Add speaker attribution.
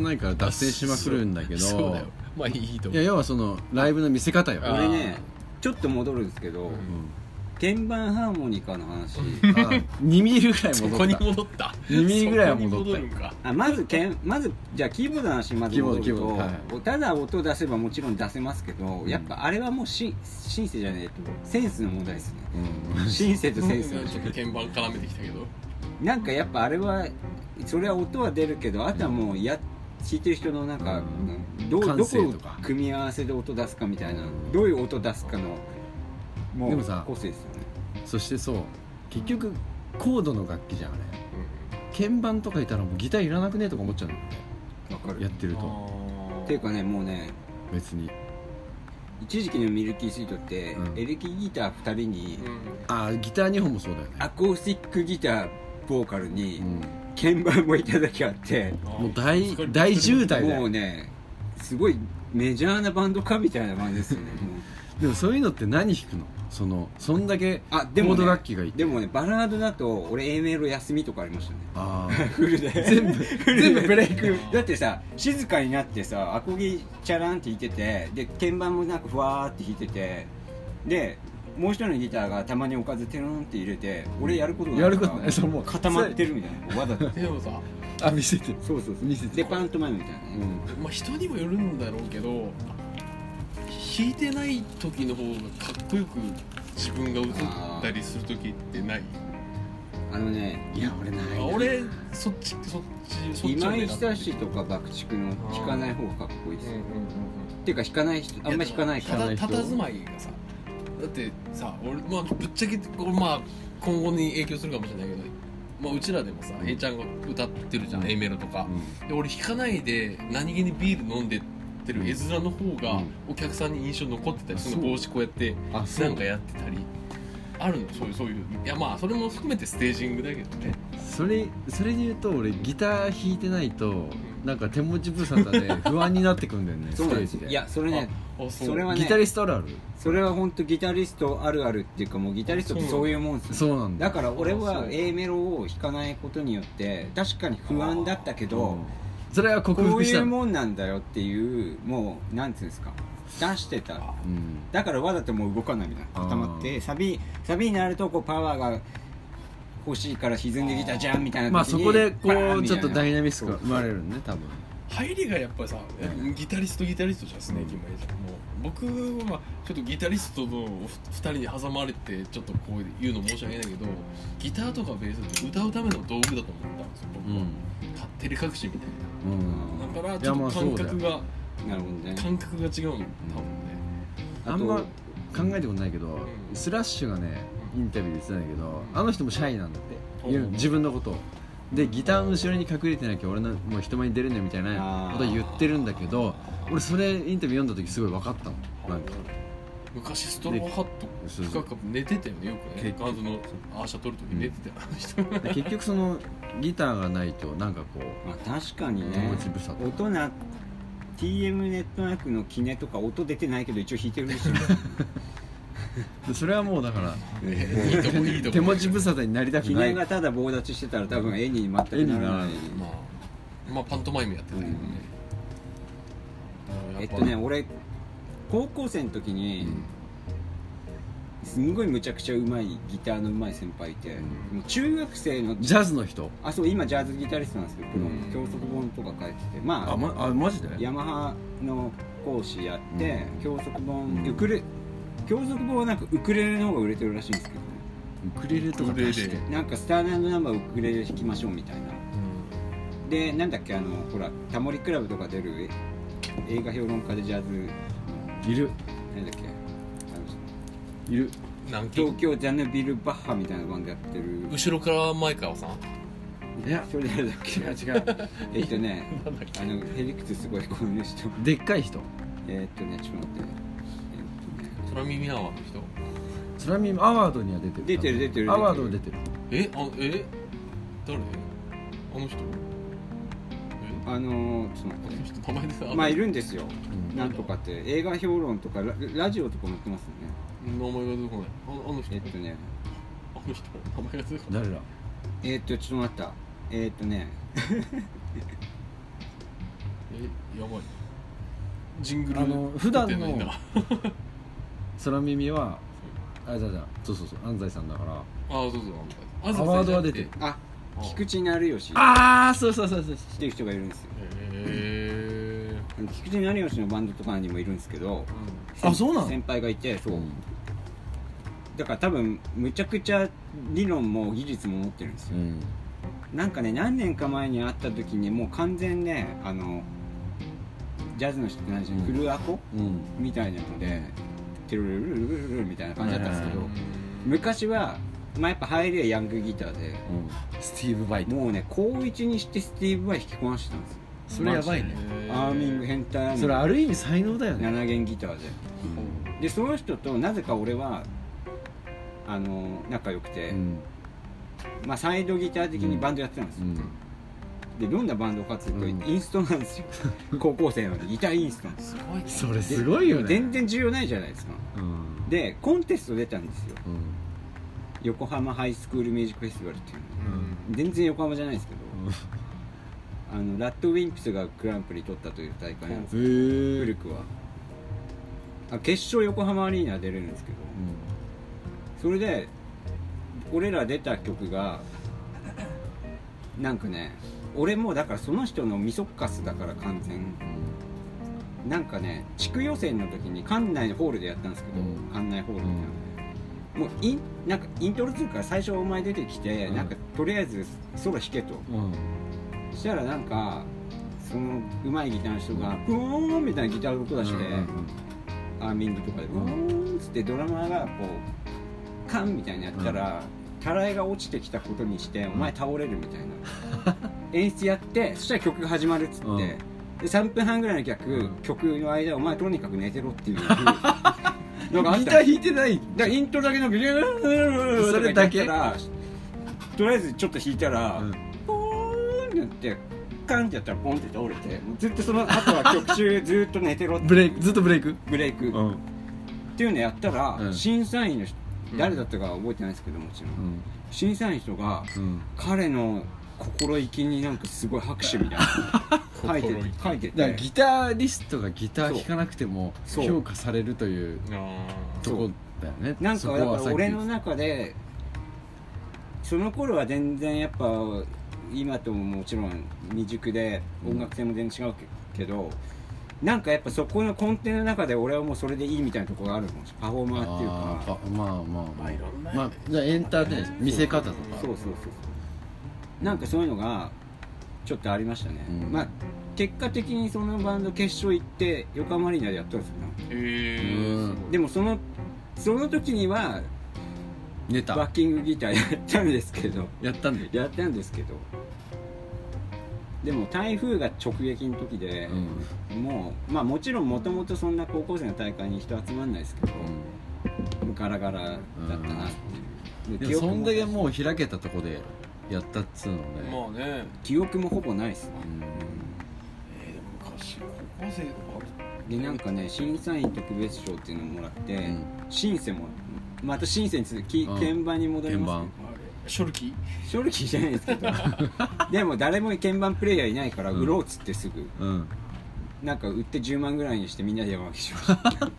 Speaker 1: ないから脱線しまくるんだけど
Speaker 2: そうだよまあいいと
Speaker 1: い
Speaker 2: 思
Speaker 1: や
Speaker 2: う
Speaker 1: 要はそのライブの見せ方よ、
Speaker 2: あー
Speaker 1: う
Speaker 3: 俺ねちょっと戻るんですけど、
Speaker 2: うん
Speaker 1: ん
Speaker 3: 鍵盤ハーモニカの話
Speaker 1: 2ミリぐらい
Speaker 2: そこ
Speaker 1: 戻
Speaker 2: に
Speaker 1: った
Speaker 2: 戻った
Speaker 1: 2ミリぐらいは戻った
Speaker 2: そこに戻るんか
Speaker 3: あまずけんまずじゃあキーボードの話にまず戻る
Speaker 1: キーボード
Speaker 3: と、
Speaker 1: キーボード
Speaker 3: ただ音出せばもちろん出せますけど、やっぱあれはもうシンシンセじゃねえとセンスの問題ですね
Speaker 1: うん
Speaker 3: シンセとセンス
Speaker 2: ち
Speaker 3: の
Speaker 2: ょっと
Speaker 3: 違い
Speaker 2: 鍵盤絡めてきたけど
Speaker 3: なんかやっぱあれはそれは音は出るけどあとはもうや弾いてる人のなんか、
Speaker 1: うん
Speaker 3: ど
Speaker 1: 感
Speaker 3: どこ
Speaker 1: 性
Speaker 3: を
Speaker 1: とか
Speaker 3: 組み合わせで音出すかみたいなどういう音出すかのも
Speaker 1: で
Speaker 3: う
Speaker 1: もさ
Speaker 3: 個性ですよね
Speaker 1: そしてそう結局コードの楽器じゃんあれ鍵盤とかいたらもうギターいらなくねとか思っちゃう
Speaker 3: わか
Speaker 1: のや
Speaker 3: る
Speaker 1: ってると
Speaker 3: っていうかねもうね
Speaker 1: 別に
Speaker 3: 一時期のミルキースイートって、
Speaker 1: うん
Speaker 3: エレキギター2人に、
Speaker 1: ああギター2本もそうだよね
Speaker 3: アコースティックギターボーカルに
Speaker 1: う
Speaker 3: 鍵盤もいただきあって、
Speaker 1: んもう大大10代だ
Speaker 3: もう
Speaker 1: よ
Speaker 3: ねすごいメジャーなバンドかみたいな感じですよねもう
Speaker 1: でもそういうのって何弾くのそのそんだけ
Speaker 3: あでも
Speaker 1: コー
Speaker 3: ね
Speaker 1: ド楽器がいて
Speaker 3: でもねバラードだと俺 A メロ休みとかありましたね
Speaker 1: あ
Speaker 3: フルで
Speaker 1: あ 全部全部ブレイク
Speaker 3: だってさ静かになってさアコギチャランって弾いててで鍵盤もなんかふわーって弾いててでもう一人のギターがたまにおかずテロンって入れて俺やること
Speaker 1: やることないそれもう
Speaker 3: 固まってるみたいなわざと
Speaker 2: でもさ
Speaker 1: あ見せて
Speaker 3: そうそうそう
Speaker 1: 見せて
Speaker 3: でパントマイムみたいなね、
Speaker 1: うん
Speaker 2: まあ人にもよるんだろうけど弾いてない時の方がかっこよく自分が映ったりする時ってない
Speaker 3: あのねいや俺ない
Speaker 2: あ俺そっちそっちそっちを狙って
Speaker 3: 今井久志とか爆竹の弾かない方がかっこいいです、っていうか弾かない人あんまり弾かないか
Speaker 1: い
Speaker 3: ら
Speaker 1: や
Speaker 2: たたたずまいがさだってさ俺まあぶっちゃけこれまあ今後に影響するかもしれないけどまあうちらでもさ、
Speaker 1: ん
Speaker 2: A ちゃんが歌ってるじゃん、A メロとか
Speaker 1: う、ん
Speaker 2: で俺弾かないで何気にビール飲んでってる絵面の方が
Speaker 1: うん
Speaker 2: お客さんに印象残ってたり
Speaker 1: あ
Speaker 2: その
Speaker 1: そう
Speaker 2: 帽子こうやって
Speaker 1: あそ
Speaker 2: な
Speaker 1: うん
Speaker 2: かやってたりあるのそういうそういういやまあそれも含めてステージングだけどね
Speaker 1: それそれで言うと俺ギター弾いてないとなんか手持ち無沙汰 で不安になってくんだよね
Speaker 3: そう
Speaker 1: ステ
Speaker 3: なんで
Speaker 1: ー
Speaker 3: す
Speaker 1: ジで
Speaker 3: いやそれね
Speaker 2: あそう
Speaker 3: それはね
Speaker 1: ギタリストあるある
Speaker 3: それは本当ギタリストあるあるっていうかもうギタリストってそういうもんですよ
Speaker 1: そうなんだ
Speaker 3: だから俺
Speaker 1: そ
Speaker 3: は
Speaker 1: う
Speaker 3: A メロを弾かないことによって確かに不安だったけど
Speaker 1: うんそれは克
Speaker 3: こう
Speaker 1: 服し
Speaker 3: い
Speaker 1: た
Speaker 3: う
Speaker 1: の
Speaker 3: もんなんだよっていうもうなんていうんですか出してた
Speaker 1: うん
Speaker 3: だからわざともう動かないみたいな固まっ
Speaker 1: あ
Speaker 3: てサビサビになるとこうパワーが欲しいから沈んできたじゃんみたいな時に
Speaker 1: まあそこでこ
Speaker 3: バーン
Speaker 1: う
Speaker 3: み
Speaker 1: ち
Speaker 3: た
Speaker 1: ょ
Speaker 3: い
Speaker 1: っ
Speaker 3: な
Speaker 1: とダイナミスクが生まれるね多分
Speaker 2: 入りがやっぱさギタリストギタリストじゃんスネーキンマイじゃんもう僕はまあちょっとギタリストのお二人に挟まれてちょっとこう言うの申し訳ないけどギターとかベースって歌うための道具だと思ったんですよ僕は、照れ隠しみたい
Speaker 1: うん
Speaker 2: なだから
Speaker 1: い
Speaker 2: ち
Speaker 1: や
Speaker 2: ょ
Speaker 1: まあ
Speaker 2: っと
Speaker 1: そう
Speaker 2: 感
Speaker 1: だよ
Speaker 2: 覚が
Speaker 3: なるほどね
Speaker 2: 感覚が違うの多分ね
Speaker 1: あんま考えてもないけど
Speaker 2: ん
Speaker 1: スラッシュがねインタビューで言ってたんだけどあの人もシャイなんだって
Speaker 2: うん
Speaker 1: 言う自分のことをでギターの後ろに隠れてなきゃ俺のもう人前に出るねみたいなことを言ってるんだけど俺それインタビュー読んだ時すごい分かったもんなんか
Speaker 2: 昔ストローハット
Speaker 1: そう
Speaker 2: 深
Speaker 1: そう
Speaker 2: く寝てたよねよくね
Speaker 1: 結局
Speaker 2: ガンズのアーシャ取る時寝てたよあの人
Speaker 1: で 結局そのギターがないとなんかこう
Speaker 3: まあ確かに
Speaker 1: 手
Speaker 3: ね
Speaker 1: 持ち無沙汰
Speaker 3: 音な TM ネットワークのキネとか音出てないけど一応弾いてるんです よ
Speaker 1: でそれはもうだから
Speaker 2: いいとこいいとこ
Speaker 1: 手持ち無沙汰になりたく
Speaker 3: キ
Speaker 1: な
Speaker 3: ネ
Speaker 1: い
Speaker 3: がただ棒立ちしてたら多分絵に全くならな
Speaker 1: 絵
Speaker 3: い
Speaker 1: に
Speaker 2: まあ、まあ、パントマイムやってたけどね、
Speaker 3: えっとね俺高校生の時に、すんごいむちゃくちゃうまいギターのうまい先輩いて、もう中学生の
Speaker 1: ジャズの人
Speaker 3: あそう今ジャズギタリストなんですけど、
Speaker 2: うん
Speaker 3: 教則本とか書いててまあ
Speaker 1: あ、ま、あマジで
Speaker 3: ヤマハの講師やって、教則本ウクレ教則本はなんかウクレレの方が売れてるらしいんですけどね
Speaker 1: ウクレレとか出して
Speaker 2: ウクレレ
Speaker 3: なんかスターダンドナンバーウクレレ弾きましょうみたいなでなんだっけあのほらタモリクラブとか出るえ映画評論家でジャズ
Speaker 1: いる
Speaker 3: なんだっけあ
Speaker 1: い
Speaker 3: の
Speaker 1: る
Speaker 2: 南京
Speaker 3: 東京ジャヌビル・バッハみたいなバンドやってる
Speaker 2: 後ろから前川さん
Speaker 1: いや
Speaker 3: それ誰だっけ
Speaker 1: 違う違う
Speaker 3: えっとね
Speaker 2: なんだっけ
Speaker 3: あのヘリクツすごいこの人
Speaker 1: でっかい人
Speaker 3: えっとねちょっと待ってえっとね
Speaker 2: 空耳アワーの人
Speaker 1: 空耳アワードには出てる
Speaker 3: 出てる出てる
Speaker 1: アワード出てる
Speaker 2: えあえ誰あの人え
Speaker 3: あのーちょっと
Speaker 2: あ
Speaker 3: 待
Speaker 2: の人名
Speaker 3: っ
Speaker 2: 前でさ
Speaker 3: てまあいるんですよ
Speaker 1: うん
Speaker 3: なんとかって映画評論とかララジオとかもやってますよね
Speaker 2: 名前が出てこないあのあの人
Speaker 3: えっとね
Speaker 2: あの人名前が出てこない
Speaker 1: 誰だ
Speaker 3: えっとちょっと待ったえっとね
Speaker 2: えやばいジングル
Speaker 1: あの普段の
Speaker 2: 作ってないな
Speaker 1: 空耳はあじゃあじゃあそうそうそう安西さんだから
Speaker 2: あそうそうあんた
Speaker 1: アワードは出てる
Speaker 3: あ
Speaker 2: あ
Speaker 3: 菊池成吉っ
Speaker 1: ああそうそうそうそう
Speaker 3: ていう人がいるんですよ
Speaker 2: へえ
Speaker 3: 菊池成吉のバンドとかにもいるんですけど
Speaker 1: あそうなの
Speaker 3: 先輩がいてそうだから多分むちゃくちゃ理論も技術も持ってるんです
Speaker 1: う
Speaker 3: よ、
Speaker 1: ん
Speaker 3: なんかね何年か前に会った時にもう完全ねあのジャズの人って何でしょうねフルアコ
Speaker 1: うん
Speaker 3: みたいなのでテルルルルルルルルみたいな感じだったんですけど、
Speaker 1: うん
Speaker 3: 昔は、まあ、やっぱ入れヤングギターで
Speaker 1: スティーブ・バイト
Speaker 3: もうね高1にしてスティーブ・バイ弾きこなしてたんですよ
Speaker 1: それやばいね
Speaker 3: アーミング変態アーミン
Speaker 1: それ
Speaker 3: グ
Speaker 1: ある意味才能だよね
Speaker 3: 7弦ギターででその人となぜか俺はあの仲良くて、
Speaker 1: うん
Speaker 3: まあ、サイドギター的にバンドやってたんです
Speaker 1: う
Speaker 3: よ、
Speaker 1: ん
Speaker 3: でどんなバンドかっていうと、
Speaker 1: うん
Speaker 3: インストな んですよ高校生なのでギターインストなんです
Speaker 2: すごい
Speaker 1: それすごいよね
Speaker 3: 全然重要ないじゃないですか
Speaker 1: うん
Speaker 3: でコンテスト出たんですよ
Speaker 1: うん
Speaker 3: 横浜ハイスクールミュージックフェスティバルっていうの
Speaker 2: うん
Speaker 3: 全然横浜じゃないですけど、あのラッドウィンプスがグランプリ取ったという大会なんです
Speaker 1: へ
Speaker 3: よ古
Speaker 1: え
Speaker 3: くはあ決勝横浜アリーナ出れるんですけどそれで俺ら出た曲がなんかね俺もだからその人のミソッカスだから完全なんかね地区予選の時に館内ホールでやったんですけど、
Speaker 1: うん
Speaker 3: 館内ホールみたいな、もうインなんかイントロっていうか最初お前出てきて、
Speaker 1: うん
Speaker 3: なんかとりあえずソロ弾けと
Speaker 1: うん
Speaker 3: そしたらなんかそのうまいギターの人が「ブーン!」みたいなギターの音出して、アーミングとかで「ブーン!」っつってドラマーがこうカンみたいにやったら、たらいが落ちてきたことにして「お前倒れる」みたいな演出やってそしたら曲が始まるっつって、
Speaker 1: うん
Speaker 3: で3分半ぐらいの曲、
Speaker 1: うん
Speaker 3: 曲の間「お前とにかく寝てろ」 っていうの
Speaker 1: ギ
Speaker 3: があっ
Speaker 1: ター
Speaker 3: たんですよ
Speaker 1: 弾いてない
Speaker 3: だからイントロだけのビューーー
Speaker 1: それだけ
Speaker 3: とりあえずちょっと弾いたら、
Speaker 1: うん
Speaker 3: ポーンってなってカンってやったらポンって倒れてもうずっとその後は曲中ずっと寝てろっていう
Speaker 1: ブレイクずっとブレイク
Speaker 3: ブレイクっ
Speaker 1: ん
Speaker 3: ていうのやったら、
Speaker 1: うん
Speaker 3: 審査員の人
Speaker 2: うん
Speaker 3: 誰だったかは覚えてないですけどもちろん、
Speaker 1: うん
Speaker 3: 審査員の人が
Speaker 1: うん
Speaker 3: 彼の心意気になんかすごい拍手みたい な書いて
Speaker 2: 心意気
Speaker 3: 書いて
Speaker 1: だから
Speaker 3: て
Speaker 1: ギタリストがギター弾かなくても
Speaker 3: そう
Speaker 1: 評価されるという
Speaker 2: あ
Speaker 1: とこだよね
Speaker 3: なん
Speaker 1: そこ
Speaker 3: かだか
Speaker 1: は
Speaker 3: ら
Speaker 1: さっき
Speaker 3: 俺の中でその頃は全然やっぱ今とももちろん未熟で音楽性も全然違うけど、なんかやっぱそこの根底の中で俺はもうそれでいいみたいなところがあるのパフォーマーっていう
Speaker 1: あ
Speaker 3: か
Speaker 1: ーまあまあま
Speaker 2: まあいろんな
Speaker 1: あまあじゃあエンターテインメント見せ方とか
Speaker 3: そうそうそうなんかそういうのがちょっとありましたね、
Speaker 1: うん
Speaker 3: まあ結果的にそのバンド決勝行って横浜アリーナでやったんですよね
Speaker 2: へえ
Speaker 1: うん
Speaker 3: でもそのその時には
Speaker 1: ネタ
Speaker 3: バッキングギターやったんですけど
Speaker 1: やったんだよ
Speaker 3: やったんですけどでも台風が直撃の時で
Speaker 1: う、ん
Speaker 3: もうまあもちろんもともとそんな高校生の大会に人集まんないですけど、ガラガラだったなっていう、
Speaker 1: で
Speaker 3: 記
Speaker 1: も
Speaker 3: 憶
Speaker 1: そんだけもう開けたとこでやったっつうのね
Speaker 2: まあね
Speaker 3: 記憶もほぼないですね
Speaker 1: うん
Speaker 2: えーでも昔高校生とか
Speaker 3: でなんかね審査員特別賞っていうのもらって、
Speaker 1: ん
Speaker 3: シンセもまたシンセについてき
Speaker 1: うん
Speaker 3: 鍵盤に戻りますけ
Speaker 2: あれショルキ
Speaker 3: ど正直じゃないで すけどでも誰も鍵盤プレイヤーいないから
Speaker 1: うん
Speaker 3: 売ろうっつってすぐ、
Speaker 1: うん
Speaker 3: なんか売って10万ぐらいにしてみんなで山分けしました